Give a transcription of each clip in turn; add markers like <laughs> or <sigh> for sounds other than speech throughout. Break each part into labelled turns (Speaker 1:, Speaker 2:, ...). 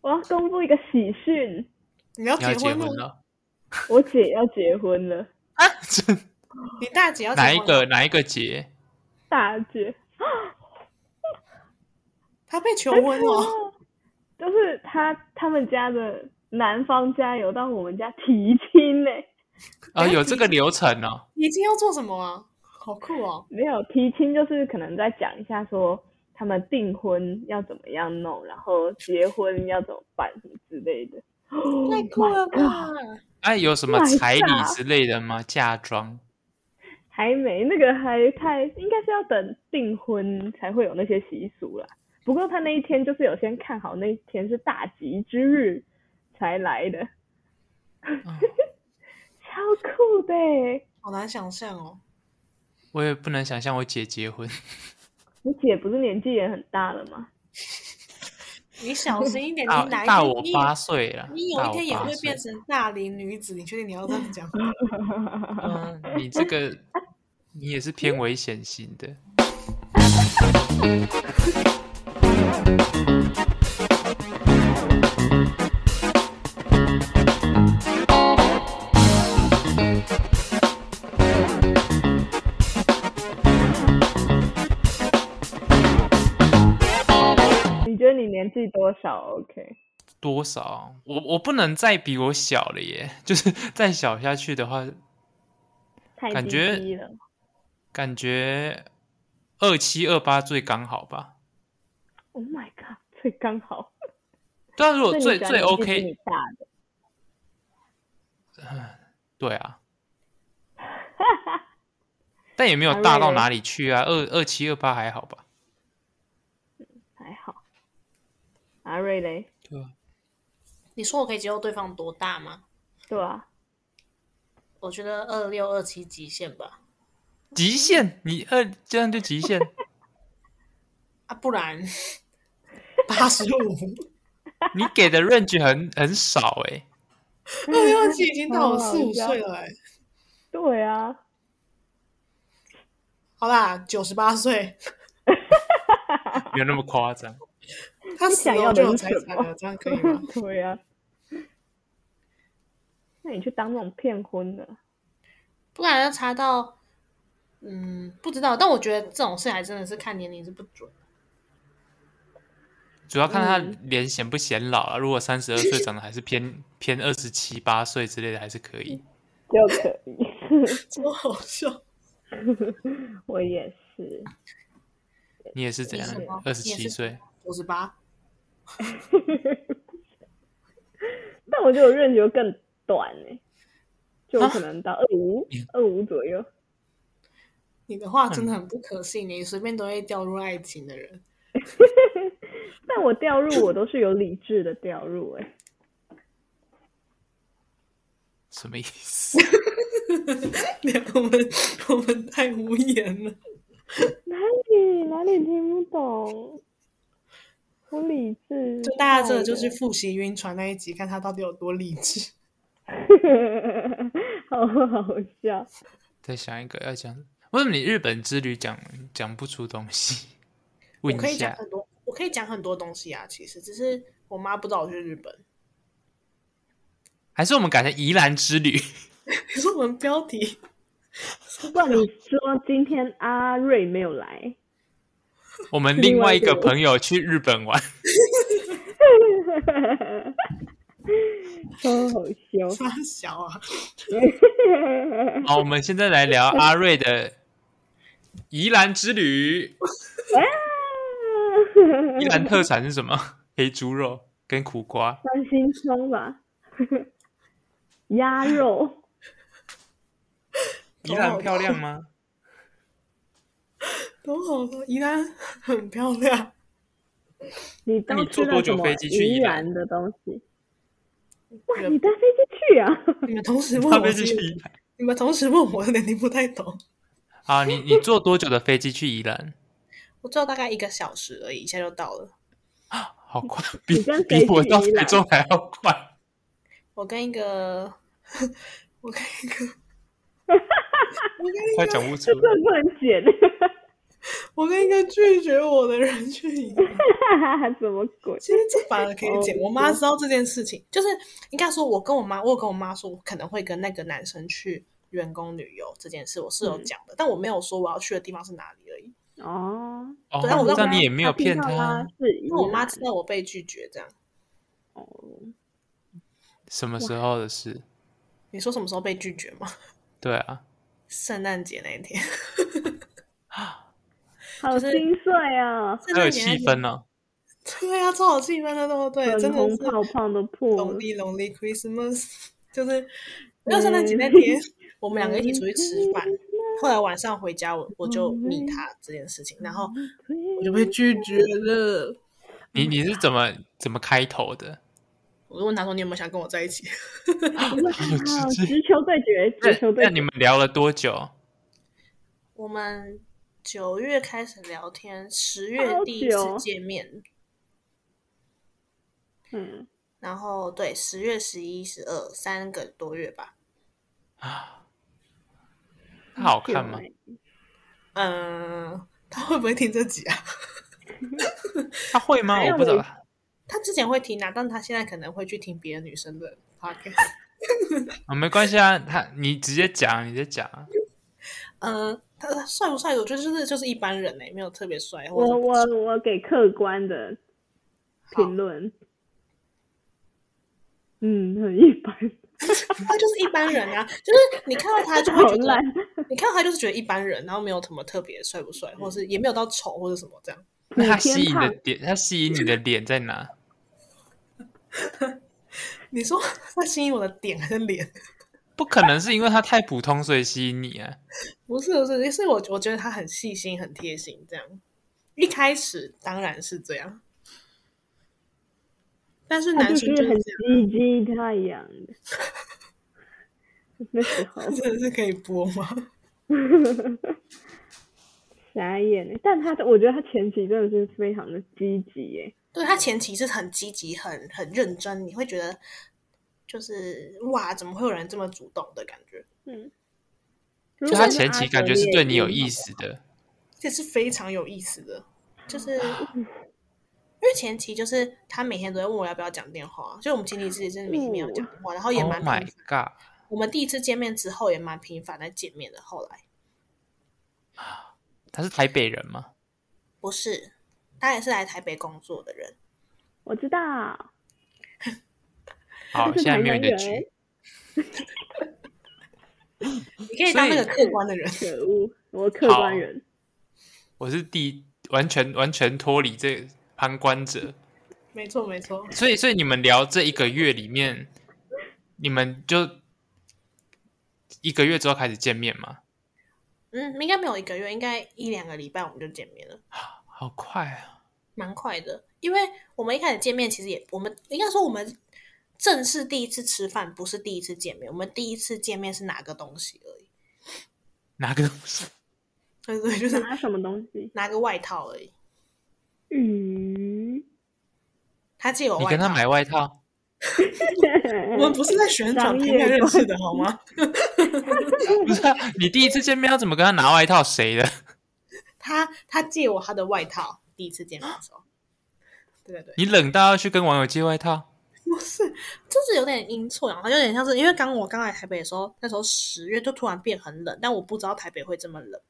Speaker 1: 我要公布一个喜讯，
Speaker 2: 你要
Speaker 3: 你 <laughs> 要
Speaker 2: 结
Speaker 3: 结
Speaker 2: 婚
Speaker 3: 婚
Speaker 2: 了？
Speaker 3: 了？
Speaker 1: 我姐要结婚了，
Speaker 2: 啊，
Speaker 3: 这
Speaker 2: 你大姐要结
Speaker 3: 哪
Speaker 2: 婚
Speaker 3: 一
Speaker 2: 了
Speaker 3: 个？哪一个节？
Speaker 1: 大姐。
Speaker 2: 她被求婚了， <laughs>
Speaker 1: <laughs> 就是他他们家的男方家有到我们家提亲呢、
Speaker 2: 哎
Speaker 3: 啊，有这个流程哦。
Speaker 2: 已经要做什么啊？好酷哦！
Speaker 1: 没有提亲就是可能再讲一下说他们订婚要怎么样弄，然后结婚要怎么办什么之类的。
Speaker 2: 太酷了吧！
Speaker 3: 哎，有什么
Speaker 2: 啊
Speaker 1: My
Speaker 3: 彩礼
Speaker 1: God
Speaker 3: 之类的吗？嫁妆？
Speaker 1: 还没，那个还太，应该是要等订婚才会有那些习俗啦。不过他那一天就是有先看好那一天是大吉之日才来的，
Speaker 3: 嗯
Speaker 1: 超酷的欸、
Speaker 2: 好难想象哦。
Speaker 3: 我也不能想象我姐结婚。
Speaker 2: 哎
Speaker 1: 你姐不是年纪也很大了吗？
Speaker 2: 你小心 <laughs> 一点，
Speaker 3: 大
Speaker 2: 你哪一
Speaker 3: 大
Speaker 2: 天
Speaker 3: 我
Speaker 2: 你
Speaker 3: 八岁了，
Speaker 2: 你有
Speaker 3: 大
Speaker 2: 一
Speaker 3: 我
Speaker 2: 天也
Speaker 3: 八
Speaker 2: 会
Speaker 3: 岁
Speaker 2: 变成大龄女子，你确定你要这样讲？
Speaker 3: 嗯，你这个你也是偏危险型的。
Speaker 1: 你觉得你年纪多少？OK，
Speaker 3: 多少？我我不能再比我小了耶！ <laughs> 就是再小下去的话，
Speaker 1: 太
Speaker 3: 感
Speaker 1: 低
Speaker 3: 觉
Speaker 1: 低了。
Speaker 3: 感觉二七二八最刚好吧？
Speaker 1: Oh my god，这刚好。
Speaker 3: 对啊，如
Speaker 1: 所
Speaker 3: 果
Speaker 1: 以
Speaker 3: 最
Speaker 1: 你觉得你
Speaker 3: 最
Speaker 1: 是比
Speaker 3: OK，
Speaker 1: 你大的，
Speaker 2: <laughs>
Speaker 3: 对啊，但也没有大到哪里去啊，二二七二八还好吧？
Speaker 1: 还好。阿瑞嘞，
Speaker 3: 对啊，
Speaker 2: <laughs> 你说我可以接受对方多大吗？
Speaker 1: 对啊，
Speaker 2: 我觉得二六二七极限吧。
Speaker 3: 极限，你二这样就极限，
Speaker 2: 啊，不然八 <laughs> 十五，
Speaker 3: 你给的 range 很很少哎、
Speaker 2: 二六七已经到我
Speaker 1: 好好
Speaker 2: 四五
Speaker 1: 笑
Speaker 2: 岁了、欸，
Speaker 1: 对啊， <laughs>
Speaker 2: 好啦，九十八岁，
Speaker 3: 没有那么夸张。
Speaker 2: 他
Speaker 1: 你
Speaker 2: 死
Speaker 1: 想
Speaker 2: 了
Speaker 1: 要
Speaker 2: 我就
Speaker 1: 的
Speaker 2: 有
Speaker 1: 是
Speaker 2: 财
Speaker 1: 什
Speaker 2: 产
Speaker 1: 么
Speaker 2: 了，这样可以吗？
Speaker 1: 对啊。那你去当那种骗婚的，
Speaker 2: 不然要查到，嗯，不知道，但我觉得这种事还真的是看年龄是不准。
Speaker 3: 主要看他
Speaker 1: 嗯
Speaker 3: 脸显不显老啊。如果三十二岁长得还是偏偏二十七八岁之类的，还是可
Speaker 2: 嗯
Speaker 3: 以。
Speaker 1: 就可以。
Speaker 2: <laughs> 超好笑！
Speaker 1: <laughs> 我也是，
Speaker 3: 你也是怎样
Speaker 2: 你什么？
Speaker 3: 二十七岁，
Speaker 2: 九十八，
Speaker 1: 但我觉得我认识又更短呢、就
Speaker 2: 啊
Speaker 1: 可能到二五
Speaker 3: 你
Speaker 1: 二五左右。
Speaker 2: 你的话
Speaker 3: 嗯
Speaker 2: 真的很不可信，欸你随便都会掉入爱情的人。 <laughs>
Speaker 1: 但我掉入，我都是有理智的掉入、欸，哎，
Speaker 3: 什么
Speaker 2: <laughs>
Speaker 3: 意思？
Speaker 2: 我们我们太无言了。
Speaker 1: 哪里哪里听不懂？我理智，
Speaker 2: 就大家真的就去复习晕船那一集，看他到底有多理智。
Speaker 1: <laughs> 好好笑。
Speaker 3: 再想一个要讲，为什么你日本之旅讲讲不出东西？
Speaker 2: 我
Speaker 3: 问
Speaker 2: 可
Speaker 3: 一
Speaker 2: 以讲
Speaker 3: 下，
Speaker 2: 很多，我可以讲很多东西啊。其实只是我妈不知道我去日本。 <laughs>
Speaker 3: 还是我们改成宜兰之旅？
Speaker 2: 可是我们标题
Speaker 1: 不然你说今天阿瑞没有来， <laughs>
Speaker 3: 我们
Speaker 1: 另
Speaker 3: 另
Speaker 1: 外
Speaker 3: 外
Speaker 1: 一
Speaker 3: 一
Speaker 1: 个
Speaker 3: 个朋友去日本玩， <laughs>
Speaker 1: 超好笑。
Speaker 2: <laughs> 发小啊，
Speaker 3: 好，我们现在来
Speaker 1: <laughs>
Speaker 3: 聊阿瑞的宜兰之旅。
Speaker 1: 啊
Speaker 3: 宜兰特产是什么？ <laughs> 黑猪肉跟苦瓜。
Speaker 1: 关心葱吧， <laughs> 鸭
Speaker 3: <laughs>
Speaker 1: 肉。
Speaker 3: 宜兰漂亮
Speaker 1: <laughs>
Speaker 3: 吗？
Speaker 2: 都好了。宜兰很漂亮， <laughs>
Speaker 1: 你
Speaker 3: 那
Speaker 1: 都
Speaker 3: 你坐
Speaker 1: 吃了
Speaker 3: 多
Speaker 1: 什
Speaker 3: 久
Speaker 1: 么
Speaker 3: 飞机去
Speaker 1: 宜
Speaker 3: 宜兰
Speaker 1: 兰的东西？
Speaker 2: 哇
Speaker 1: 你搭飞机去啊？
Speaker 2: 你们同时问
Speaker 3: 搭
Speaker 2: 我
Speaker 3: 飞
Speaker 2: 是
Speaker 3: 机去宜兰。
Speaker 2: 你们同时问我，有点听不太懂。
Speaker 3: 啊，你你坐多久的飞机去宜兰？
Speaker 2: 我坐大概一个小时而已，一下就到了。
Speaker 3: 好
Speaker 1: <laughs>
Speaker 3: 快，比
Speaker 1: 你跟谁
Speaker 3: 比我
Speaker 1: 去
Speaker 3: 到
Speaker 1: 宜
Speaker 3: 台
Speaker 1: 兰
Speaker 3: 中还要
Speaker 1: <laughs>
Speaker 3: 快。
Speaker 2: 我跟一个， <laughs> 我跟一个，我跟一
Speaker 3: 快
Speaker 1: <laughs> 啊
Speaker 2: 个，
Speaker 3: 讲不出
Speaker 1: 这
Speaker 3: 来，
Speaker 1: 不能剪。
Speaker 2: 我跟一个拒绝我的人去迎宾。
Speaker 1: 什么鬼？
Speaker 2: 其实这反而可以剪。我妈知道这件事情，就是应该说，我跟我妈，我有跟我妈说，我可能会跟那个男生去员工旅游这件事，我是有讲的，但我没有说我要去的地方是哪里而已。
Speaker 1: 哦，
Speaker 3: 哦
Speaker 2: 对啊我，刚
Speaker 3: 那
Speaker 2: 刚
Speaker 3: 你也没有骗
Speaker 1: 他听啊到
Speaker 3: 他
Speaker 1: 吗，，是因
Speaker 2: 因为我妈知道我被拒绝，这样。
Speaker 1: 哦
Speaker 3: 什么时候的事？
Speaker 2: 你说什么时候被拒绝吗？ <laughs>
Speaker 3: 对啊，
Speaker 2: 圣诞节那一天，
Speaker 1: 好
Speaker 2: 就是
Speaker 1: 心碎啊，
Speaker 2: 圣
Speaker 3: 还有
Speaker 2: 诞节那
Speaker 3: 气
Speaker 2: 天
Speaker 3: 氛哦呢。
Speaker 2: 对啊，超好气氛的，对不对？
Speaker 1: 粉
Speaker 2: 真的
Speaker 1: 红
Speaker 2: 是
Speaker 1: 泡泡都破了。
Speaker 2: Lonely Lonely Christmas，就是 <laughs> 没有圣诞节那天，我们两个一起出去吃 <laughs> 饭。后来晚上回家我，我就密他这件事情，然后嗯我就被拒绝了。
Speaker 3: 你你是怎么怎么开头的？
Speaker 2: 我就问他说：“你有没有想跟我在一起 <laughs>
Speaker 1: 哇
Speaker 3: 直接
Speaker 1: 直球对决，直球对
Speaker 3: 那
Speaker 1: 决。
Speaker 3: 你们聊了多久？？”
Speaker 2: 我们九月开始聊天，十月
Speaker 1: 好
Speaker 2: 第一次
Speaker 1: 久
Speaker 2: 见面，
Speaker 1: 嗯，
Speaker 2: 然后对十月、十一、十二三个多月吧。
Speaker 3: 它好看吗
Speaker 1: 很？久欸
Speaker 2: 嗯，他会不会听这集啊？
Speaker 3: 他会吗？
Speaker 1: 还有
Speaker 3: 我不知道。
Speaker 2: 他之前会听啊，但他现在可能会去听别的女生的 <laughs> podcast。
Speaker 3: 啊，没关系啊，他你直接讲，你直接讲啊。
Speaker 2: 嗯，他他帅不帅？我觉得就是就是一般人哎、没有特别帅。或者
Speaker 1: 我我我给客观的评论，嗯，很一般，
Speaker 2: 他就是一般人啊，就是你看到他就会
Speaker 1: 好
Speaker 2: 觉得
Speaker 1: 烂，，
Speaker 2: 你看到他就是觉得一般人，然后没有什么特别帅不帅，或是也没有到丑或者什么这样。
Speaker 3: 那他
Speaker 1: 普天
Speaker 3: 吸引的
Speaker 1: 胖
Speaker 3: 点，他吸引你的点在哪？
Speaker 2: 你说 <laughs> 他吸引我的点还是脸？
Speaker 3: 不可能是因为他太普通所以吸引你啊。
Speaker 2: 不是不是，是我我觉得他很细心、很贴心这样。一开始当然是这样，但是
Speaker 1: 他
Speaker 2: 男
Speaker 1: 就
Speaker 2: 生就是是这
Speaker 1: 很
Speaker 2: 样。
Speaker 1: 积极太阳的。那时
Speaker 3: <laughs>
Speaker 1: 候
Speaker 2: 真的是可以播吗？
Speaker 1: 傻眼欸，但他我觉得他前期真的是非常的积极耶，
Speaker 2: 对他前期是很积极、很很认真，你会觉得就是哇，怎么会有人这么主动的感觉？
Speaker 1: 嗯，
Speaker 3: 就
Speaker 1: 如
Speaker 3: 他
Speaker 1: 果
Speaker 3: 前期
Speaker 1: 阿
Speaker 3: 感
Speaker 1: 德
Speaker 3: 觉是
Speaker 1: 烈
Speaker 3: 对你有
Speaker 1: 一
Speaker 3: 意思的，
Speaker 2: 这是非常有意思的，就是
Speaker 3: 啊
Speaker 2: 因为前期就是他每天都在问我要不要讲电话，就我们前期自己真的每天没有讲电话，然后也
Speaker 3: Oh
Speaker 2: 蛮频
Speaker 3: my
Speaker 2: 繁。
Speaker 3: god！
Speaker 2: 我们第一次见面之后也蛮频繁的见面的，后来
Speaker 3: 他是台北人
Speaker 1: <laughs>
Speaker 3: 吗？
Speaker 2: 不是他也是来台北工作的人，
Speaker 1: 我知道，
Speaker 3: 好，
Speaker 1: 是
Speaker 3: 现在
Speaker 1: 台
Speaker 3: 没有
Speaker 1: 南
Speaker 3: 你的
Speaker 1: 人
Speaker 3: 局。
Speaker 2: 你可以当那个客观的人。 <laughs>
Speaker 1: 可恶，我客
Speaker 3: 好
Speaker 1: 观人，
Speaker 3: 我是第一完全完全脱离这个旁观者，
Speaker 2: 没错没错，
Speaker 3: 所以所以你们聊这一个月里面，你们就一个月之后开始见面吗？
Speaker 2: 嗯，应该没有一个月，应该一两个礼拜我们就见面了。
Speaker 3: 好快啊！
Speaker 2: 蛮快的，因为我们一开始见面其实也，我们应该说我们正式第一次吃饭不是第一次见面，我们第一次见面是拿个东西而已，
Speaker 3: 哪个东西？
Speaker 2: 对 <laughs> 对，就是
Speaker 1: 拿什么东西？
Speaker 2: 拿个外套而已。
Speaker 3: <laughs>
Speaker 1: 嗯，
Speaker 2: 他借我
Speaker 3: 你
Speaker 2: 外
Speaker 3: 跟他
Speaker 2: 套，
Speaker 3: 买外套？
Speaker 2: 我们不是在旋转平台认识的好吗？ <laughs>
Speaker 3: 不是、啊， <laughs> 你第一次见面要怎么跟他拿外套？谁的？
Speaker 2: 他他借我他的外套，第一次见面的时候，对对对，
Speaker 3: 你冷到要去跟网友借外套？
Speaker 2: 不是， <laughs> 就是有点阴错阳差，有点像是因为刚我刚来台北的时候，那时候十月就突然变很冷，但我不知道台北会这么冷。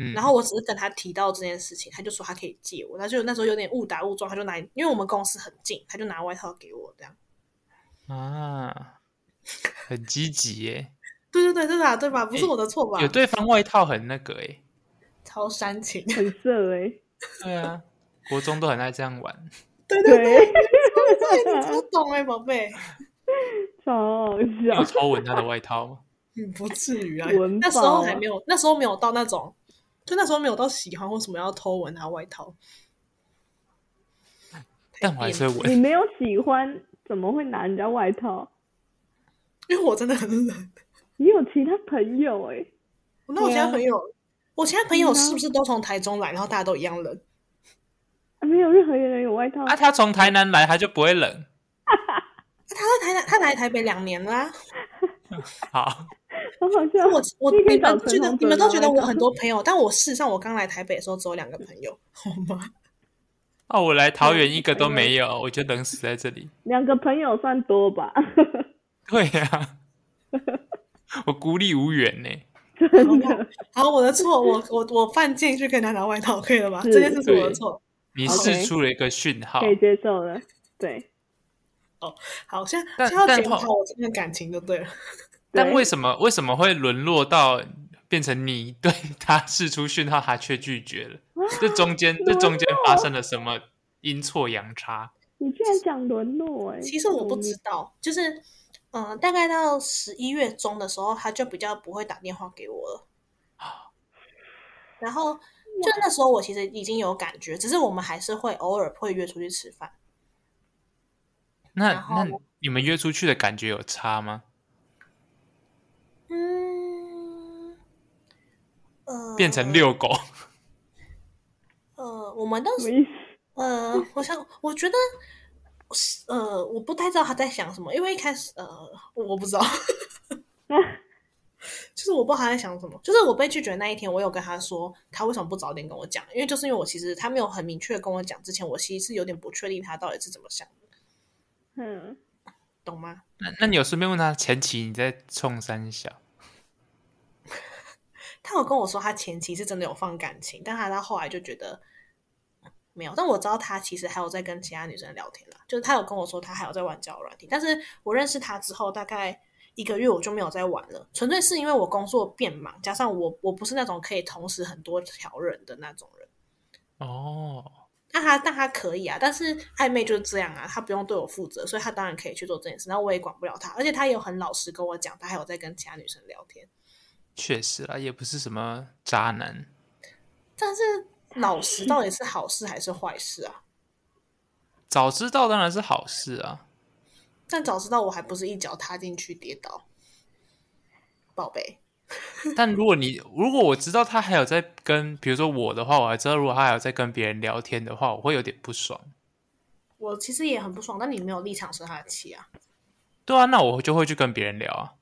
Speaker 3: 嗯，
Speaker 2: 然后我只是跟他提到这件事情，他就说他可以借我，他就那时候有点误打误撞，他就拿，因为我们公司很近，他就拿外套给我这样。
Speaker 3: 啊，很积极耶，
Speaker 2: 对对对，对吧？对吧？不是我的错吧？
Speaker 3: 有对方外套很那个哎。
Speaker 2: 超煽情，
Speaker 1: <laughs>
Speaker 2: <laughs>
Speaker 1: 很色哎、
Speaker 3: 对啊，国中都很爱这样玩。
Speaker 2: 对对对，
Speaker 1: 对，
Speaker 2: 对你超懂哎、宝贝，
Speaker 1: 超好
Speaker 3: 你有
Speaker 1: 笑，
Speaker 3: 抽吻他的外套吗？
Speaker 2: 嗯，不至于啊
Speaker 1: 文，
Speaker 2: 那时候
Speaker 1: 爆
Speaker 2: 还
Speaker 1: 啊
Speaker 2: 没有，那时候没有到那种，就那时候没有到喜欢或什么要偷闻他外套，
Speaker 3: 但我还是会
Speaker 1: 你
Speaker 3: 吻。
Speaker 1: 没有喜欢，怎么会拿人家外套？
Speaker 2: 因为我真的很冷。
Speaker 1: 你有其他朋友哎、
Speaker 2: 那我其他朋友，我其他朋友
Speaker 1: 啊嗯啊
Speaker 2: 是不是都从台中来，然后大家都一样冷？
Speaker 1: 啊没有任何人有外套，
Speaker 3: 啊，他从台南来，他就不会冷。
Speaker 2: 他在台南，他来台北两年啦、
Speaker 3: 好，
Speaker 1: 好好笑。
Speaker 2: 我我
Speaker 1: 啊你可
Speaker 2: 你
Speaker 1: 以找
Speaker 2: 们觉
Speaker 1: 陈
Speaker 2: 得
Speaker 1: 同
Speaker 2: 你们
Speaker 1: 哲
Speaker 2: 都觉得
Speaker 1: 来
Speaker 2: 我
Speaker 1: 找
Speaker 2: 很多朋友，但我事实上我刚来台北的时候只有两个朋
Speaker 1: <laughs>
Speaker 2: 友，好吗？
Speaker 3: 哦，我来桃园一个都没有，我就冷死在这里。
Speaker 1: 两个朋友算多吧？
Speaker 3: 对呀、我孤立无援呢、
Speaker 1: 真的，
Speaker 2: 好，我的错，我我我犯贱去跟他拿外套，可以了吧？
Speaker 1: 是
Speaker 2: 这件事是我的
Speaker 3: 对
Speaker 2: 错。
Speaker 3: 你
Speaker 1: OK
Speaker 3: 试出了一个讯号
Speaker 1: 可，以接受了。对，
Speaker 2: 好，现在
Speaker 3: 但
Speaker 2: 现在要
Speaker 3: 但
Speaker 2: 检
Speaker 3: 后
Speaker 2: 讨我这段感情就对了。
Speaker 3: 但
Speaker 1: 对
Speaker 3: 为什么为什么会沦落到变成你对他试出讯号，他却拒绝
Speaker 2: <laughs>
Speaker 3: 了？这中间这中间发生了什么阴错阳差？
Speaker 1: 你居然讲沦落哎！
Speaker 2: 其实我不知道，就是嗯、呃大概到十一月中的时候，他就比较不会打电话给我了。
Speaker 3: 啊
Speaker 2: <laughs> 然后就那时候我其实已经有感觉，只是我们还是会偶尔会约出去吃饭。
Speaker 3: 那
Speaker 2: 然后
Speaker 3: 那你们约出去的感觉有差吗？
Speaker 2: 嗯，呃，
Speaker 3: 变成遛狗， <laughs>
Speaker 2: 呃，我们当
Speaker 1: 什
Speaker 2: 时
Speaker 1: 么意思？
Speaker 2: 呃，我想，我觉得，呃，我不太知道他在想什么，因为一开始，呃，我不知道， <laughs> 就是我不知道他在想什么。就是我被拒绝那一天，我有跟他说，他为什么不早点跟我讲？因为就是因为我其实他没有很明确地跟我讲之前，我其实是有点不确定他到底是怎么想的，
Speaker 1: 嗯，
Speaker 2: 懂吗？
Speaker 3: 那那你有顺便问他前期你在冲三小？
Speaker 2: 他有跟我说，他前期是真的有放感情，但他到后来就觉得没有。但我知道他其实还有在跟其他女生聊天啦，就是他有跟我说他还有在玩交友软体，但是我认识他之后大概一个月我就没有再玩了，纯粹是因为我工作变忙，加上我我不是那种可以同时很多条人的那种人。
Speaker 3: 哦，
Speaker 2: 那他但他可以啊，但是暧昧就是这样啊，他不用对我负责，所以他当然可以去做这件事，然后我也管不了他，而且他也有很老实跟我讲，他还有在跟其他女生聊天。
Speaker 3: 确实啦，也不是什么渣男。
Speaker 2: 但是老实到底是好事还是坏事啊？
Speaker 3: 早知道当然是好事
Speaker 2: <laughs>
Speaker 3: 啊。
Speaker 2: 但早知道我还不是一脚踏进去跌倒，宝贝。
Speaker 3: 但如果你如果我知道他还有在跟，比如说我的话，我还知道如果他还有在跟别人聊天的话，我会有点不爽。
Speaker 2: 我其实也很不爽，但你没有立场生他的气啊。
Speaker 3: 对啊，那我就会去跟别人聊啊。 <laughs>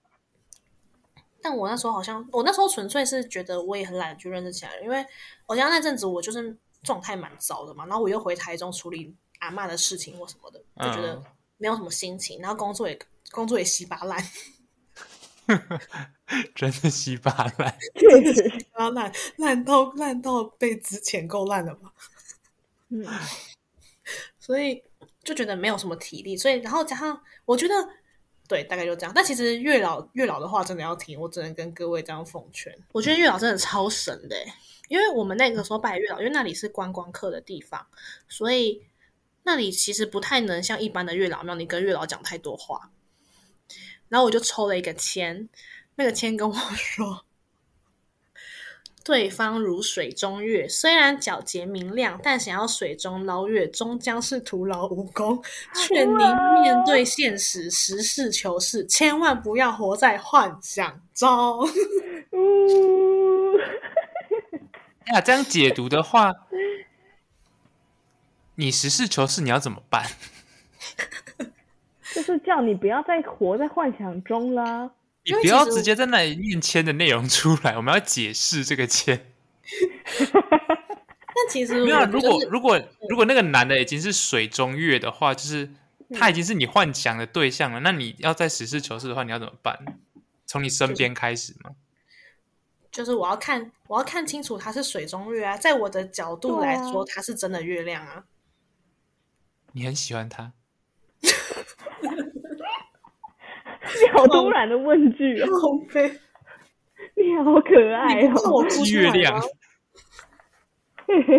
Speaker 2: 但我那时候好像，我那时候纯粹是觉得我也很懒得去认识其他人，因为我家那阵子我就是状态蛮糟的嘛，然后我又回台中处理阿嬷的事情或什么的，就觉得
Speaker 3: 嗯
Speaker 2: 没有什么心情，然后工作也工作也稀巴烂，稀
Speaker 3: 真的稀巴烂，
Speaker 1: 确实，
Speaker 2: 巴烂烂到烂到被之前够烂了吧？
Speaker 1: 嗯，
Speaker 2: 所以就觉得没有什么体力，所以然后加上我觉得对，大概就这样。但其实月老月老的话真的要听，我只能跟各位这样奉劝。我觉得月老真的超神的欸，因为我们那个时候拜月老，因为那里是观光客的地方，所以那里其实不太能像一般的月老庙，你跟月老讲太多话。然后我就抽了一个签，那个签跟我 <laughs> 说。对方如水中月，虽然皎洁明亮，但想要水中捞月，终将是徒劳无功。劝您面对现实，实事求是，千万不要活在幻想中。 <laughs>
Speaker 1: 呜，
Speaker 3: 哎呀，这样解读的话，你实事求是，你要怎么办？
Speaker 1: 就是叫你不要再活在幻想中啦。
Speaker 3: 你
Speaker 2: 因为
Speaker 3: 不
Speaker 2: 其
Speaker 3: 要
Speaker 2: 实
Speaker 3: 直接在那里念签的内容出来，我们要解释这个签。
Speaker 2: 但其实
Speaker 3: 没有
Speaker 2: 我
Speaker 3: 啊，
Speaker 2: 就
Speaker 3: 如果
Speaker 2: 是
Speaker 3: 如果如果那个男的已经是水中月的话，就是
Speaker 2: 嗯
Speaker 3: 他已经是你幻想的对象了，那你要再实事求是的话，你要怎么办？从你身边开始吗？
Speaker 2: 就是我要看，我要看清楚它是水中月啊，在我的角度
Speaker 1: 对
Speaker 2: 来
Speaker 1: 啊
Speaker 2: 说，它是真的月
Speaker 1: <laughs>
Speaker 2: 亮啊。
Speaker 3: 你很喜欢他，
Speaker 1: 你好突然的问句哦，
Speaker 2: 好悲，
Speaker 1: 你 <laughs> 好可爱
Speaker 2: 你不看
Speaker 1: 哦，
Speaker 2: 我哭
Speaker 3: 是
Speaker 2: 出
Speaker 3: 月
Speaker 2: 来
Speaker 3: 亮
Speaker 2: 吗？，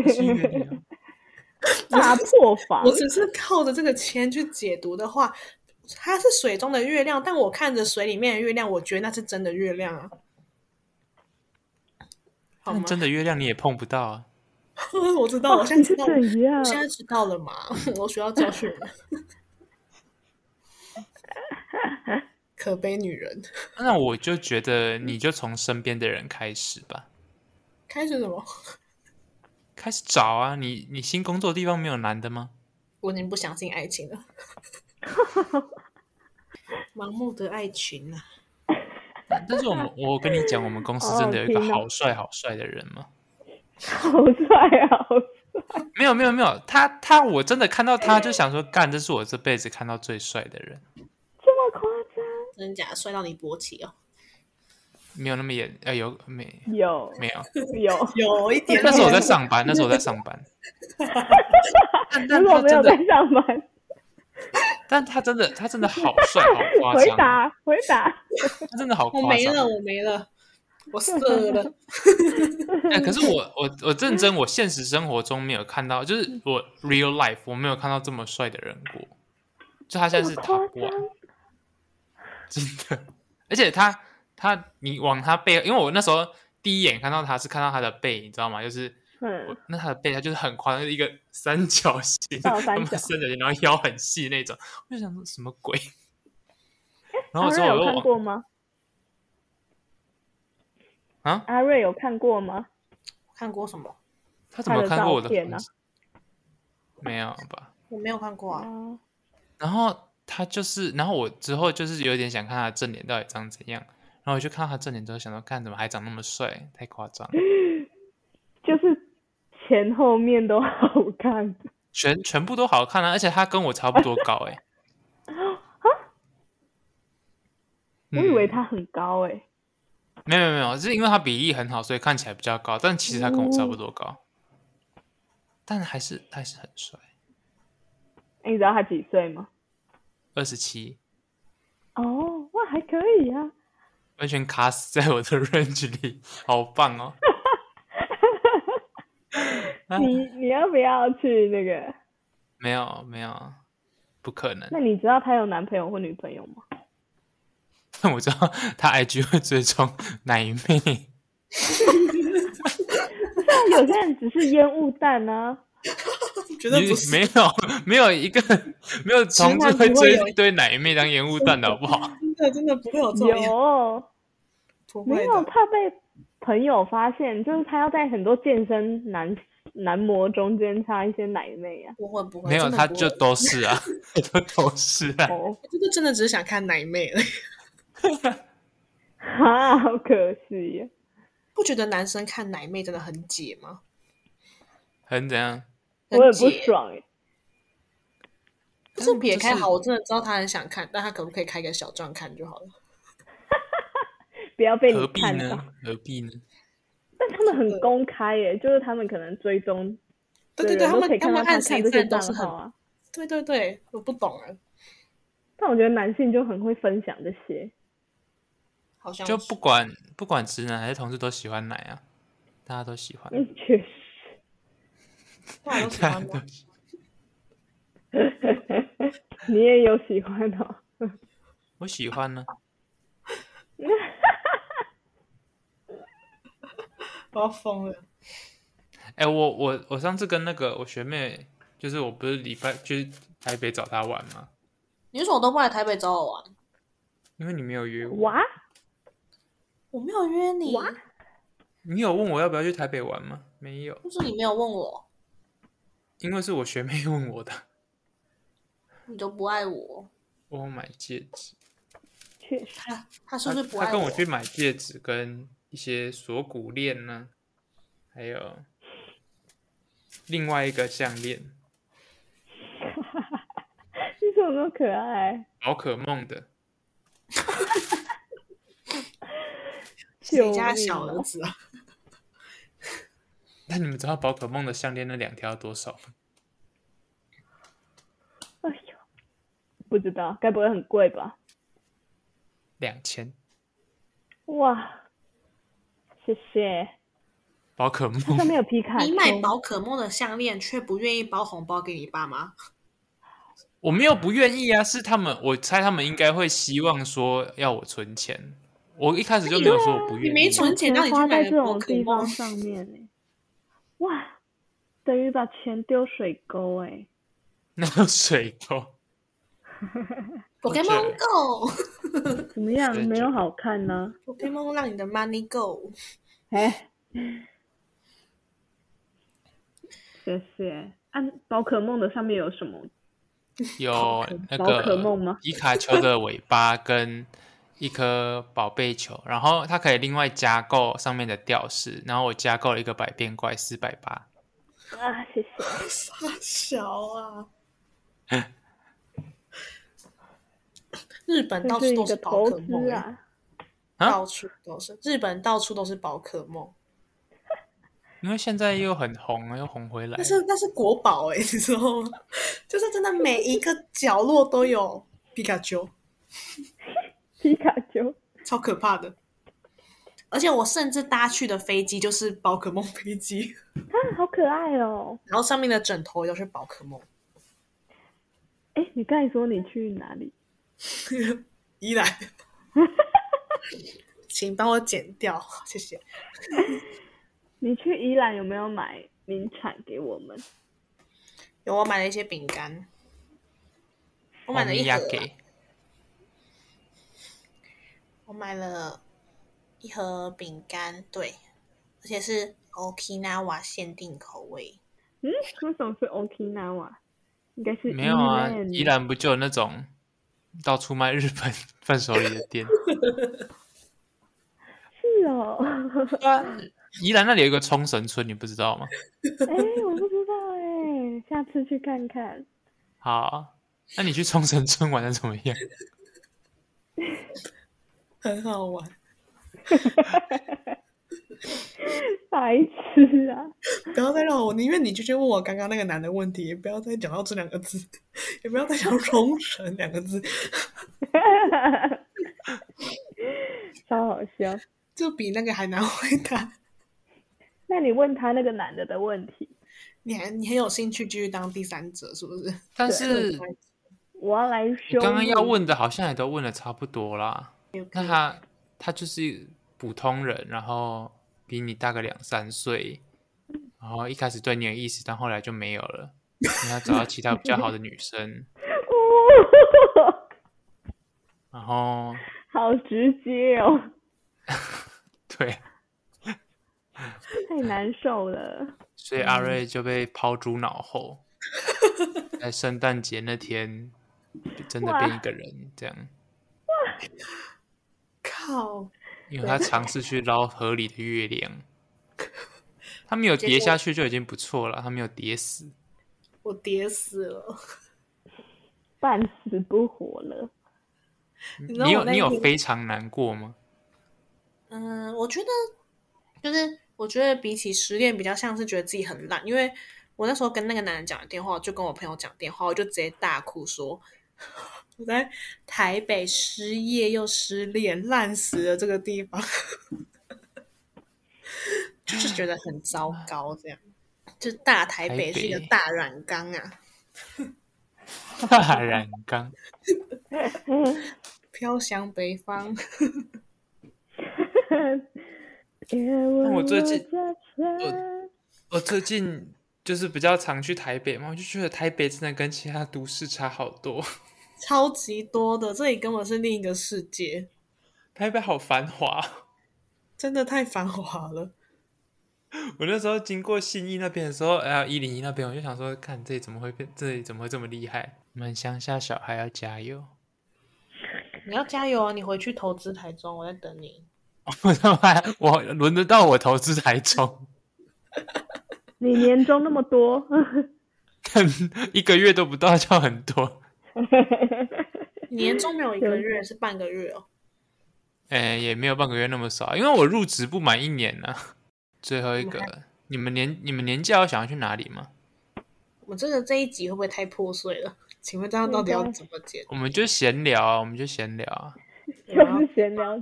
Speaker 3: 是月亮。
Speaker 1: 大破 <laughs> 防
Speaker 2: 我，只是靠着这个钱去解读的话，它是水中的月亮，但我看着水里面的月亮，我觉得那是真的月亮啊。 <laughs> 好
Speaker 3: 但
Speaker 2: 吗？
Speaker 3: 真的月亮你也碰不到啊。
Speaker 2: <laughs> 我知道，我现在知道，
Speaker 1: 哦你
Speaker 2: 我
Speaker 1: 是怎样？
Speaker 2: 现在知道了嘛？我学到教训了。 <laughs> 可悲女人，
Speaker 3: 那我就觉得你就从身边的人开始吧，
Speaker 2: 开始什么？
Speaker 3: 开始找啊。你你新工作的地方没有男的吗？
Speaker 2: 我已经不相信爱
Speaker 1: <laughs>
Speaker 2: 情了，盲目的爱情啊！
Speaker 3: 嗯但是我们，我跟你讲，我们公司真的有
Speaker 1: 哦
Speaker 3: 一个好帅好帅的人嘛。
Speaker 1: 好帅啊！好帅！
Speaker 3: 没有没有没有，他他我真的看到他就想说，干，这是我这辈子看到最帅的人。
Speaker 1: 这么夸张？
Speaker 2: 真的假的？帅到你勃起哦！
Speaker 3: 没有那么严，呃，有没 <laughs>
Speaker 1: 有
Speaker 3: 没有？
Speaker 1: 有
Speaker 2: 有一点。
Speaker 3: <laughs> 那时候我在上班，那时候我在上
Speaker 1: <laughs>
Speaker 3: 班。但但
Speaker 1: 如果
Speaker 3: 他
Speaker 1: 没有
Speaker 3: 真
Speaker 1: 在
Speaker 3: 的，
Speaker 1: 上班，
Speaker 3: 但他真的，他真的好帅，好夸
Speaker 1: 回
Speaker 3: 张，
Speaker 1: 答回答，
Speaker 3: 他真的好
Speaker 2: 我
Speaker 3: 夸
Speaker 2: 没
Speaker 3: 张
Speaker 2: 了，。我没了，我色了。
Speaker 3: 哎、可是我我我认
Speaker 1: 嗯
Speaker 3: 真，我现实生活中没有看到，就是我 real life 我没有看到这么帅的人过，就他现在是
Speaker 1: 这么夸
Speaker 3: top
Speaker 1: 张
Speaker 3: one，真的，而且他他你往他背，因为我那时候第一眼看到他是看到他的背，你知道吗？就是
Speaker 1: 嗯，
Speaker 3: 那他的背他就是很夸张，就是一个三
Speaker 1: <laughs>
Speaker 3: 角形，
Speaker 1: 倒
Speaker 3: 他
Speaker 1: 哦三
Speaker 3: 们
Speaker 1: 角
Speaker 3: 三角形，然后腰很细那种，我就想说什么鬼。然
Speaker 1: 阿
Speaker 3: 后我说
Speaker 1: 瑞
Speaker 3: 我
Speaker 1: 有
Speaker 3: 又
Speaker 1: 看
Speaker 3: 往
Speaker 1: 过吗？
Speaker 3: 啊，
Speaker 1: 阿瑞有看过吗？
Speaker 2: 看过什么？
Speaker 3: 他怎么
Speaker 1: 他的
Speaker 3: 看过我的
Speaker 1: 照片
Speaker 3: 房
Speaker 1: 啊
Speaker 3: 子？没有吧？
Speaker 2: 我没有看过啊。
Speaker 1: 啊，
Speaker 3: 然后他就是，然后我之后就是有点想看他的正脸到底长怎样，然后我就看到他正脸之后，想到看怎么还长那么帅，太夸张了，
Speaker 1: 就是前后面都好看。
Speaker 3: 全全部都好看啊，而且他跟我差不多高
Speaker 1: <laughs> 啊
Speaker 3: 哎、
Speaker 1: 我以为他很高欸诶、
Speaker 3: 嗯、没有没有没有，是因为他比例很好，所以看起来比较高，但其实他跟我差不多
Speaker 1: 哦
Speaker 3: 高，但还是还是很帅，
Speaker 1: 欸你知道他几岁吗？
Speaker 3: 二十七，嗯
Speaker 1: 哦，哇，还可以啊。
Speaker 3: 完全卡死在我的 <laughs> range 里，好棒哦！啊
Speaker 2: <laughs>
Speaker 1: 你你要不要去那个？
Speaker 3: 没有没有，不可能。
Speaker 1: 那你知道他有男朋友或女朋友
Speaker 2: <laughs>
Speaker 1: 吗？
Speaker 3: 但我知道他 IG 会追踪奶
Speaker 2: <laughs>
Speaker 3: 妹，
Speaker 1: 但有些人只是烟雾弹啊。
Speaker 2: 绝对
Speaker 3: 你
Speaker 2: 不是，
Speaker 3: 没有没有一个没有同志
Speaker 2: 直男
Speaker 3: 会
Speaker 2: 不会
Speaker 3: 追
Speaker 2: 有
Speaker 3: 一堆奶妹当烟雾弹的好不好？
Speaker 2: 真的真的不会有这种样，
Speaker 1: 有，
Speaker 2: 不
Speaker 1: 没
Speaker 2: 会
Speaker 1: 有
Speaker 2: 的。
Speaker 1: 怕被朋友发现，就是他要在很多健身男男模中间插一些奶妹啊。
Speaker 2: 不会不会，
Speaker 3: 没有，
Speaker 2: 真的
Speaker 3: 他
Speaker 2: 不会
Speaker 3: 就都是啊， <laughs> 他就都是啊。
Speaker 1: 哦， <laughs>
Speaker 2: 这个真的只是想看奶妹而已，
Speaker 1: 哈，好可惜啊。
Speaker 2: 不觉得男生看奶妹真的很解吗？
Speaker 3: 很怎样？
Speaker 1: 我也
Speaker 2: 很
Speaker 1: 不
Speaker 2: 解。
Speaker 1: 爽哎、
Speaker 2: 可是撇开
Speaker 3: 就是
Speaker 2: 好，我真的知道他很想看，但他可不可以开个小账看就好了？
Speaker 1: 不要被
Speaker 3: 何
Speaker 1: 你
Speaker 3: 必
Speaker 1: 看到。
Speaker 3: 呢？何必呢？
Speaker 1: 但他们很公开耶、就是他们可能追踪
Speaker 2: 对
Speaker 1: 的
Speaker 2: 对对，
Speaker 1: 人
Speaker 2: 他
Speaker 1: 都可以
Speaker 2: 们他
Speaker 1: 看到
Speaker 2: 们
Speaker 1: 他
Speaker 2: 按
Speaker 1: 看
Speaker 2: 谁
Speaker 1: 这些
Speaker 2: 赞
Speaker 1: 账
Speaker 2: 都是
Speaker 1: 号
Speaker 2: 很，
Speaker 1: 啊。
Speaker 2: 对对对，我不懂啊，
Speaker 1: 但我觉得男性就很会分享这些，
Speaker 2: 好像
Speaker 3: 就是不管不管直男还是同志都喜欢奶啊，大家都喜欢，
Speaker 1: 嗯，确实。
Speaker 2: 大家都喜
Speaker 3: 大家
Speaker 2: 欢
Speaker 3: 都
Speaker 2: 吗？
Speaker 3: 喜
Speaker 1: <laughs>
Speaker 3: 欢。
Speaker 1: 你也有喜欢的、哦，
Speaker 3: 我喜欢呢，
Speaker 2: 我要疯了！
Speaker 3: 哎、我我我上次跟那个我学妹，就是我不是礼拜去台北找她玩吗？
Speaker 2: 你为什么都不来台北找我玩？
Speaker 3: 因为你没有约我，
Speaker 1: 哇，
Speaker 2: 我没有约你，
Speaker 1: 哇
Speaker 3: 你有问我要不要去台北玩吗？没有，
Speaker 2: 就是你没有问我，
Speaker 3: 因为是我学妹问我的。
Speaker 2: 你就不爱我。
Speaker 3: 我有买戒指，
Speaker 1: 确实。
Speaker 2: 他他是
Speaker 3: 她
Speaker 2: 不是不爱
Speaker 3: 她跟我去买戒指跟一些锁骨链呢、还有另外一个项链，
Speaker 1: 你怎么那么可爱？
Speaker 3: 宝可梦的。
Speaker 2: 谁家小儿子啊？
Speaker 3: 那你们知道宝可梦的项链那两条多少吗？
Speaker 1: 哎呦，不知道，该不会很贵吧？
Speaker 3: 两千，
Speaker 1: 哇，谢谢。
Speaker 3: 宝可梦。
Speaker 1: 上面有皮卡丘，
Speaker 2: 你买宝可梦的项链，却不愿意包红包给你爸妈，
Speaker 3: 我没有不愿意啊，是他们，我猜他们应该会希望说要我存钱。我一开始就没有说我不愿意，
Speaker 2: 你没存钱，让你去
Speaker 1: 花
Speaker 2: 买
Speaker 1: 在
Speaker 2: 了
Speaker 1: 这
Speaker 2: 宝
Speaker 1: 种
Speaker 2: 可
Speaker 1: 地方
Speaker 2: 梦，
Speaker 1: 上面呢、哇，等于把钱丢水沟哎、
Speaker 3: 那个水沟。
Speaker 2: 宝可梦 Go，
Speaker 1: 怎么样
Speaker 3: 对？
Speaker 1: 没
Speaker 3: 就
Speaker 1: 有好看呢、
Speaker 2: 宝可梦让你的 Money Go。 <laughs>
Speaker 1: 哎， <laughs> 谢谢。按、宝可梦的上面有什么？
Speaker 3: 有那
Speaker 1: 宝可
Speaker 3: 个
Speaker 1: 梦吗
Speaker 3: 皮卡丘的尾巴跟一颗宝贝球，然后它可以另外加购上面的吊饰，然后我加购了一个百变怪四百八，
Speaker 1: 啊，谢谢。
Speaker 2: 傻小
Speaker 3: <laughs>
Speaker 2: 啊！日本到
Speaker 1: 这是
Speaker 2: 处
Speaker 1: 一
Speaker 2: 都是
Speaker 1: 个
Speaker 2: 宝
Speaker 1: 投
Speaker 2: 可梦
Speaker 1: 资
Speaker 2: 欸、
Speaker 1: 啊，
Speaker 3: 啊
Speaker 2: 到处都是。日本到处都是宝可梦，
Speaker 3: 因为现在又很红，又红回来
Speaker 2: 但。是那是国宝哎、 <laughs> 你知道吗？就是真的每一个角落都有皮卡丘，
Speaker 1: 皮卡丘， <laughs>
Speaker 2: 超可怕的。而且我甚至搭去的飞机就是宝可梦飞机，
Speaker 1: 啊，好可爱哦！
Speaker 2: 然后上面的枕头也都是宝可梦。 <laughs>
Speaker 1: 哎，你刚才说你去哪里？
Speaker 2: 依然，请帮我剪掉，谢谢。
Speaker 1: 你去宜兰有没有买名产给我们？
Speaker 2: 有我买了一些饼干，我买了一盒啊，
Speaker 3: Omiyage
Speaker 2: 我买了一盒饼干，对，而且是 Okinawa 限定口味。
Speaker 1: 嗯，为什么是 Okinawa？应该是
Speaker 3: 没有啊，
Speaker 1: 宜
Speaker 3: 宜兰不就有那种到处卖日本 <laughs> 伴手礼的店？
Speaker 1: 是哦。
Speaker 3: 对啊，宜兰那里有一个冲绳村，你不知道吗？
Speaker 1: 哎，我不知道哎，下次去看看。
Speaker 3: 好，那你去冲绳村玩的怎么样？
Speaker 2: 很好玩，
Speaker 1: 白痴啊！ <laughs>
Speaker 2: 不要再让我，宁愿你继续问我刚刚那个男的问题，也不要再讲到这两个字，也不要再 <laughs> 讲冲绳两个字，
Speaker 1: 超好笑。
Speaker 2: 就比那个还难回答。
Speaker 1: 那你问他那个男的的问题，
Speaker 2: 你还你很有兴趣继续当第三者，是不是？
Speaker 3: 但是
Speaker 1: 我要来
Speaker 3: 你
Speaker 1: 说。
Speaker 3: 刚刚要问的，好像也都问的差不多啦。那他他就是普通人，然后比你大个两三岁，然后一开始对你有意思，但后来就没有了。你要找到其他比较好的女生，
Speaker 1: 哦，
Speaker 3: 然后
Speaker 1: <laughs> 好直接哦，
Speaker 3: 对，
Speaker 1: 太难受了。
Speaker 3: 所以阿瑞就被抛诸脑后，在圣诞节那天就真的变一个人这样，
Speaker 2: <laughs> 靠，
Speaker 3: 因为他尝试去捞河里的月亮，他没有跌下去就已经不错了，他没有跌死。
Speaker 2: 我跌死了！
Speaker 1: 半死不活
Speaker 3: <laughs>
Speaker 1: 了。
Speaker 2: 你知道
Speaker 3: 你
Speaker 2: 我
Speaker 3: 有
Speaker 2: 那
Speaker 3: 你
Speaker 2: 一
Speaker 3: 有
Speaker 2: 天
Speaker 3: 非常难
Speaker 2: <laughs>
Speaker 3: 过吗？
Speaker 2: 嗯，我觉得就是我觉得比起失恋，比较像是觉得自己很烂，因为我那时候跟那个男人讲的电话，我就跟我朋友讲电话，我就直接大哭说。 <laughs> 我在台北失业又失恋，烂死了这个地方， <laughs> 就是觉得很糟糕。这样，就大台北是一个
Speaker 3: 台北
Speaker 2: 大染缸啊，
Speaker 3: 大染缸，
Speaker 2: 飘向北方。 <laughs>
Speaker 1: 那
Speaker 3: 我最近我最近就是比较常去台北嘛，我就觉得台北真的跟其他都市差好多。
Speaker 2: 超级多的，这里根本是另一个世界，
Speaker 3: 台北好繁华，
Speaker 2: 真的太繁华了。
Speaker 3: 我那时候经过信义那边的时候，还有一零一那边，我就想说，看这里怎么会变，这里怎么会这么厉害？我们乡下小孩要加油！ <laughs>
Speaker 2: 你要加油啊！你回去投资台中，我在等你。
Speaker 3: 我他妈，我轮得到我投资台中，
Speaker 1: <laughs>
Speaker 3: <laughs>
Speaker 1: 你年终那么多，
Speaker 3: 一个月都不到就很多。
Speaker 2: 你年终没有一个月，是半个月哦。
Speaker 3: 哎、也没有半个月那么少，因为我入职不满一年呢、最后一个，你们年你们年假要想要去哪里吗？
Speaker 2: 我们这个这一集会不会太破碎了？请问这样到底要怎么解？
Speaker 3: 我们就闲聊啊，我们就闲聊啊。
Speaker 1: 就是闲聊。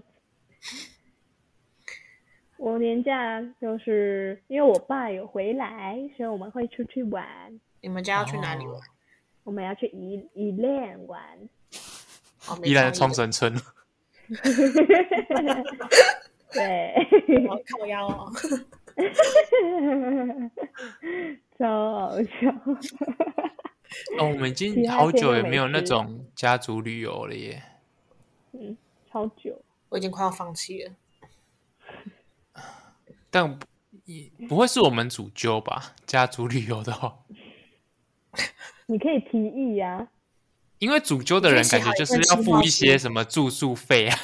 Speaker 1: 我年假就是因为我爸有回来，所以我们会出去玩。
Speaker 2: 你们家要去哪里
Speaker 3: 哦
Speaker 2: 玩？
Speaker 1: 我们要去宜宜兰玩，
Speaker 2: 哦没
Speaker 3: 依然
Speaker 2: 创意 <clears throat>
Speaker 3: 冲绳村，
Speaker 1: 对， <laughs>
Speaker 2: 哦靠腰哦。
Speaker 1: 超好笑。
Speaker 3: 哦，我们已
Speaker 1: 其
Speaker 3: 经
Speaker 1: 他
Speaker 3: 好
Speaker 1: 店
Speaker 3: 久
Speaker 1: 都
Speaker 3: 也
Speaker 1: 没
Speaker 3: 没有那
Speaker 1: 吃
Speaker 3: 种家族旅游了耶。
Speaker 1: 嗯，超久。
Speaker 2: 我已经快要放弃了。
Speaker 3: 但不也不会是我们主揪吧？家族旅游的话，
Speaker 1: 你可以提议呀、啊
Speaker 3: 因为主揪的人
Speaker 2: 你可以写
Speaker 3: 感觉
Speaker 2: 好一
Speaker 3: 就是
Speaker 2: 份
Speaker 3: 要
Speaker 2: 计
Speaker 3: 付
Speaker 2: 划
Speaker 3: 一
Speaker 2: 书
Speaker 3: 些什么住宿费啊，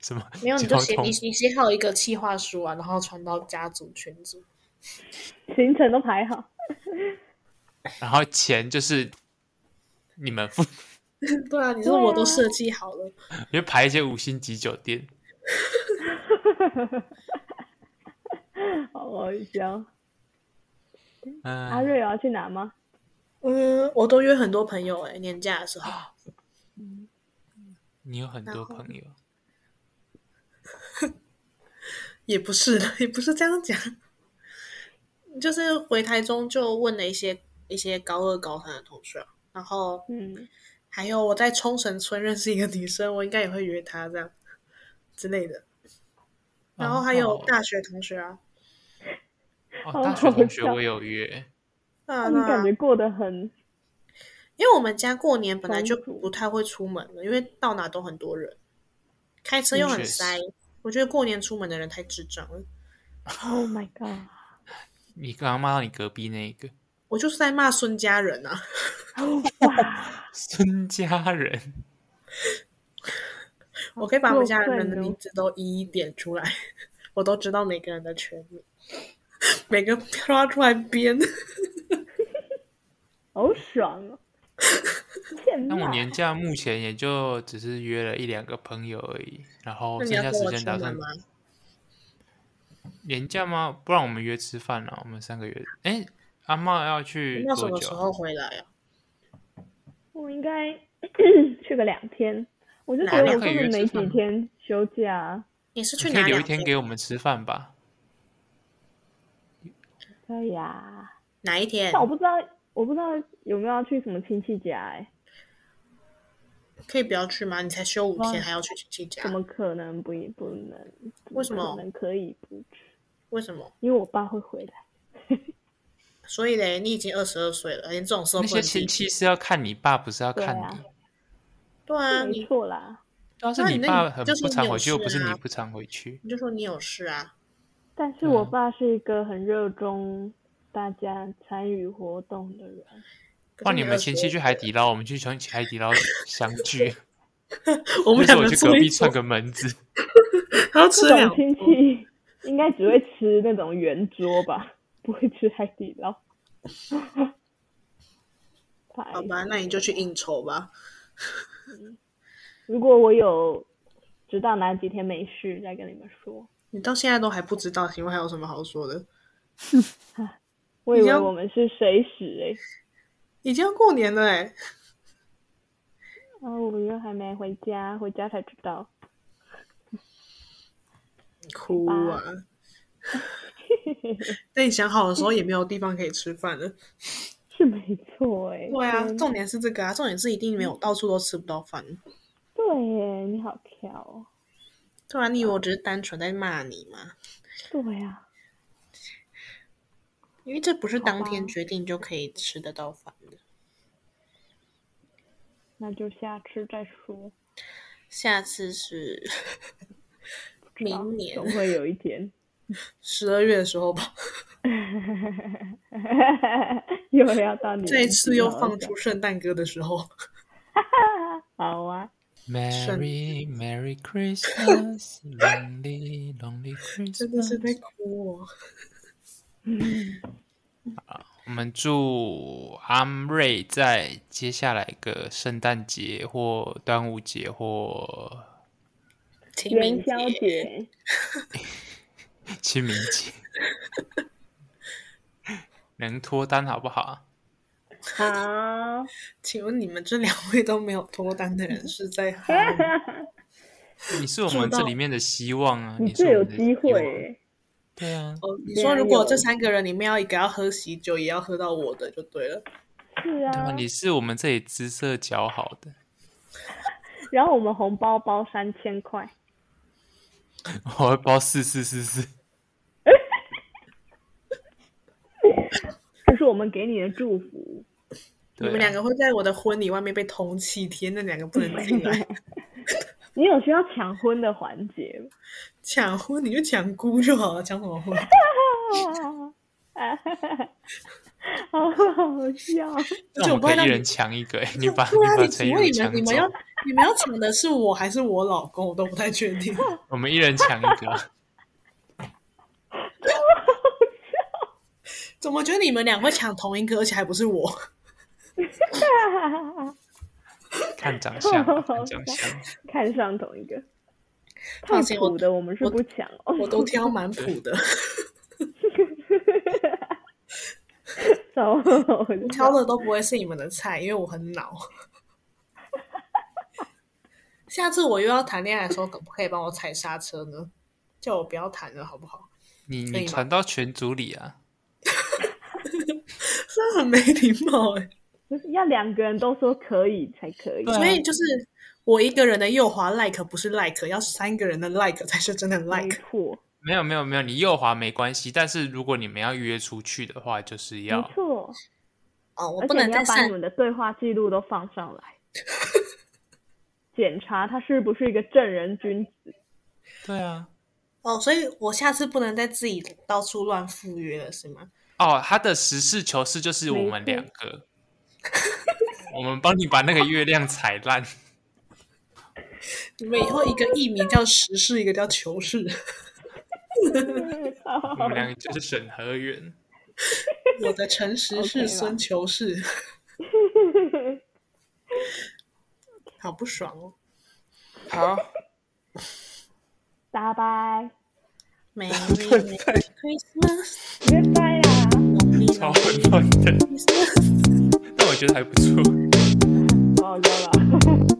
Speaker 3: 什么
Speaker 2: 没有你就
Speaker 3: 交
Speaker 2: 写你
Speaker 3: 通
Speaker 2: 你写好一个企划书啊，然后传到家族群组。
Speaker 1: 行程都排好， <laughs>
Speaker 3: 然后钱就是你们付， <laughs>
Speaker 2: 对啊，你
Speaker 1: 对
Speaker 2: 说
Speaker 1: 啊
Speaker 2: 我都设计好了，
Speaker 3: 你就排一些五星级酒店，
Speaker 1: 好好笑。
Speaker 3: 嗯，
Speaker 1: 阿瑞有要去哪吗？
Speaker 2: 嗯，我都约很多朋友哎、年假的时候，
Speaker 3: 你有很多
Speaker 2: 然后
Speaker 3: 朋友，
Speaker 2: 也不是的， <laughs> 也不是这样讲，就是回台中就问了一些一些高二高三的同学啊，然后
Speaker 1: 嗯，
Speaker 2: 还有我在冲绳村认识一个女生，我应该也会约她这样之类的。然后还有
Speaker 3: 哦
Speaker 2: 大学同学啊，
Speaker 3: 哦，大学同学我有约，
Speaker 2: 啊，
Speaker 1: 他们感
Speaker 2: 那
Speaker 1: 觉过得很
Speaker 2: 因为我们家过年本来就
Speaker 1: 同组
Speaker 2: 不太会出门了，因为到哪都很多人，开车又很塞
Speaker 3: 确。
Speaker 2: 我觉得过年出门的人太智障了。
Speaker 1: ，Oh my god！
Speaker 3: 你刚刚骂到你隔壁那一个
Speaker 2: 我就是在骂孙家人啊，
Speaker 1: 哇，
Speaker 3: 孙家人，
Speaker 2: 我可以把我们家
Speaker 1: 过
Speaker 2: 人
Speaker 1: 分
Speaker 2: 的
Speaker 1: 哦
Speaker 2: 名字都一一点出来，我都知道每个人的全名，每个抓出来编。
Speaker 1: 好爽
Speaker 3: <laughs>
Speaker 1: 哦！现
Speaker 3: 但我
Speaker 1: 在
Speaker 3: 年假目前也就只是约了一两个朋友而已，然后
Speaker 2: <laughs> 那你
Speaker 3: 剩
Speaker 2: 要
Speaker 3: 下
Speaker 2: 跟
Speaker 3: 时
Speaker 2: 我
Speaker 3: 间
Speaker 2: 出
Speaker 3: 打
Speaker 2: 门
Speaker 3: 算
Speaker 2: 吗？
Speaker 3: 年假吗？不然我们约吃饭了，我们三个月，哎，阿茂要去
Speaker 2: 要什
Speaker 3: 多
Speaker 2: 么时
Speaker 3: 久？
Speaker 2: 候回来啊？
Speaker 1: 我应该 <coughs> 去个两天，我就觉
Speaker 2: 哪
Speaker 1: 得
Speaker 2: 里
Speaker 1: 我
Speaker 3: 可
Speaker 1: 根
Speaker 3: 以约
Speaker 1: 本没
Speaker 3: 吃饭
Speaker 1: 几
Speaker 3: 吗
Speaker 1: 天休假，啊
Speaker 2: 你是去
Speaker 3: 你可以
Speaker 2: 哪
Speaker 3: 留一
Speaker 2: 两
Speaker 3: 天给我们吃饭吧。
Speaker 1: 可以啊。
Speaker 2: 哪一天
Speaker 1: 但？我不知道，我不知道有没有要去什么亲戚家、欸，
Speaker 2: 可以不要去吗？你才休五天，
Speaker 1: 哇
Speaker 2: 还要去亲戚家
Speaker 1: 怎？么可能不不能？怎
Speaker 2: 啊为什么
Speaker 1: 可能可以不去？
Speaker 2: 为什么？
Speaker 1: 因为我爸会回来。
Speaker 2: 所以嘞，你已经二十二岁了，连这种事都不
Speaker 3: 那些
Speaker 2: 能自己
Speaker 3: 亲戚是要看你爸，不是要看
Speaker 1: 对
Speaker 3: 你
Speaker 1: 啊。
Speaker 2: 对啊，
Speaker 1: 没
Speaker 2: 你
Speaker 1: 错啦，
Speaker 3: 要是
Speaker 2: 那
Speaker 3: 你
Speaker 2: 你那
Speaker 3: 爸
Speaker 2: 你
Speaker 3: 很
Speaker 2: 就是
Speaker 3: 不常
Speaker 2: 你有
Speaker 3: 回去，又
Speaker 2: 事
Speaker 3: 不是你
Speaker 2: 啊
Speaker 3: 不常回去，
Speaker 2: 你就说你有事啊，
Speaker 1: 但是
Speaker 3: 对啊
Speaker 2: 嗯
Speaker 1: 我爸是一个很热衷大家参与活动的人。
Speaker 2: 可
Speaker 3: 哇！
Speaker 2: 是
Speaker 3: 你们亲戚
Speaker 2: 22
Speaker 3: 去海底捞，我们去从海底捞相聚，
Speaker 2: <laughs> 我们
Speaker 3: 或者
Speaker 2: 两
Speaker 3: 我
Speaker 2: 个
Speaker 3: 去
Speaker 2: 住
Speaker 3: 隔
Speaker 2: 一
Speaker 3: 壁
Speaker 2: 桌
Speaker 3: 串，个门子，
Speaker 2: 还要吃
Speaker 1: 这
Speaker 2: 两
Speaker 1: 种亲
Speaker 2: 桌
Speaker 1: 戚应该只会吃那种圆桌吧，不会吃海底捞。 <laughs> 太
Speaker 2: <laughs> 好吧，那你就去应酬吧。
Speaker 1: 哎如果我有知道哪几天没事，再跟你们说。
Speaker 2: 你到现在都还不知道，请问还有什么好说的？
Speaker 1: 我以为
Speaker 2: 你要
Speaker 1: 我们是随时哎、
Speaker 2: 已经要过年了哎、
Speaker 1: 啊，我们又还没回家，回家才知道。
Speaker 2: 哭 <laughs> 啊！那你想好的时候也没有地方可以吃饭了。
Speaker 1: 是没错哎、
Speaker 2: 对啊，
Speaker 1: 真
Speaker 2: 重点是这个啊，重点是一定没有到处都吃不到饭。
Speaker 1: 对耶，你好巧哦。
Speaker 2: 对啊，你以为我只是单纯在骂你吗？
Speaker 1: 对啊呀、
Speaker 2: 因为这不是当
Speaker 1: 好
Speaker 2: 天
Speaker 1: 吧
Speaker 2: 决定就可以吃得到饭的。
Speaker 1: 那就下次再说。
Speaker 2: 下次是 <laughs> 明年
Speaker 1: 总会有一天， <laughs>
Speaker 2: 十二月的时候吧，
Speaker 1: 又要到你
Speaker 2: 这一次又放出圣诞歌的时候，
Speaker 1: 好啊，
Speaker 3: Merry Merry Christmas，Lonely Lonely
Speaker 2: 真的是在
Speaker 3: Christmas。
Speaker 2: 哭哦。
Speaker 3: 我们祝阿瑞在接下来个圣诞节或端午节或
Speaker 2: 清明
Speaker 1: 元宵节
Speaker 3: 清明 <laughs> 节能脱单好啊不好？
Speaker 1: 好，
Speaker 2: 请问你们这两位都没有脱单的人是在哈
Speaker 3: 你是我们这里面的希望啊！
Speaker 1: 你
Speaker 3: 是
Speaker 1: 最
Speaker 3: 我
Speaker 1: 有
Speaker 3: 们的
Speaker 1: 机会
Speaker 3: 希望
Speaker 1: 耶，
Speaker 3: 对啊，
Speaker 2: 哦，你
Speaker 1: 对
Speaker 2: 说
Speaker 1: 啊
Speaker 2: 如果
Speaker 1: 有
Speaker 2: 这三个人里面要一个要喝喜酒，也要喝到我的就对了。
Speaker 1: 是
Speaker 3: 对啊
Speaker 1: 啊，
Speaker 3: 你是我们这里姿色较好的， <laughs>
Speaker 1: 然后我们红包包三千块，
Speaker 3: 我会包四四四四。
Speaker 1: 这是我们给你的祝福。
Speaker 2: 你
Speaker 3: 对啊、
Speaker 2: 们两个会在我的婚礼外面被通气，天，那两个不能进来
Speaker 1: 你有需要抢婚的环节吗？
Speaker 2: <laughs>
Speaker 1: <laughs>
Speaker 2: 抢婚，你就抢姑就好了，抢什么婚？
Speaker 1: 啊，好好笑。 <laughs>
Speaker 2: 而
Speaker 3: 那
Speaker 2: 且
Speaker 3: 我
Speaker 2: 我
Speaker 3: 们
Speaker 2: 不会
Speaker 3: 可
Speaker 2: 让
Speaker 3: 以一
Speaker 2: 你
Speaker 3: 人抢一个、
Speaker 2: <laughs>
Speaker 3: 欸，你把
Speaker 2: 对啊，
Speaker 3: 把
Speaker 2: 你
Speaker 3: 陈
Speaker 2: 请
Speaker 3: 一
Speaker 2: 问
Speaker 3: 文
Speaker 2: 你
Speaker 3: 抢
Speaker 2: 们你
Speaker 3: 走
Speaker 2: 们，要你们要抢的是我还是我老公？我都不太确定。 <laughs>
Speaker 3: 我们一人抢一个 <laughs> 啊。
Speaker 2: 怎么觉得你们俩会抢同一个，而且还不是我？
Speaker 3: 看长
Speaker 2: <laughs>
Speaker 3: 相
Speaker 1: 好
Speaker 3: 啊，看长相。
Speaker 1: 看上同一个，
Speaker 2: 放
Speaker 1: 太
Speaker 2: 心我
Speaker 1: 苦的我们是
Speaker 2: 我
Speaker 1: 不抢哦。 <laughs>
Speaker 2: 我都挑蛮普的，
Speaker 1: 超好笑
Speaker 2: 挑的都不会是你们的菜，因为我很恼。下次我又要谈恋爱的时候，可不可以帮我踩刹车呢？叫我不要谈了，好不好？
Speaker 3: 你
Speaker 2: 可以
Speaker 3: 你
Speaker 2: 吗
Speaker 3: 传到群组里啊？
Speaker 2: 真的很没礼貌哎、
Speaker 1: 就是要两个人都说可以才可以。
Speaker 3: 对啊
Speaker 2: 所以就是我一个人的右滑 like 不是 like，要三个人的 like 才是真的
Speaker 1: 没
Speaker 2: like。
Speaker 1: 错，
Speaker 3: 没有没有没有，你右滑没关系，但是如果你们要约出去的话，就是
Speaker 1: 没
Speaker 3: 要
Speaker 1: 错，
Speaker 2: 哦，我
Speaker 1: 而
Speaker 2: 不
Speaker 1: 且
Speaker 2: 能
Speaker 1: 你
Speaker 2: 再
Speaker 1: 要把
Speaker 2: 散
Speaker 1: 你们的对话记录都放上
Speaker 2: <laughs>
Speaker 1: 来，检查他是不是一个正人君子。
Speaker 3: 对啊。
Speaker 2: 哦，所以我下次不能再自己到处乱赴约了，是吗？
Speaker 3: 哦，他的实事求是就是我们两个，我们帮你把那个月亮踩烂。
Speaker 2: 你们以后一个艺名叫时事，一个叫求是， <laughs>
Speaker 1: 超
Speaker 3: 我
Speaker 1: <laughs> 好
Speaker 3: 们两个就是审核员，
Speaker 2: 我的诚实
Speaker 1: OK
Speaker 2: 是
Speaker 1: 啦
Speaker 2: 孙求是，好不爽哦。
Speaker 3: 好，
Speaker 1: 拜拜，
Speaker 2: Merry Christmas,
Speaker 1: 拜拜啦。
Speaker 2: Lonely
Speaker 3: 超
Speaker 2: Lonely
Speaker 3: 混乱的，
Speaker 2: Christmas。
Speaker 3: 但我觉得还不错。
Speaker 1: 糟糕了。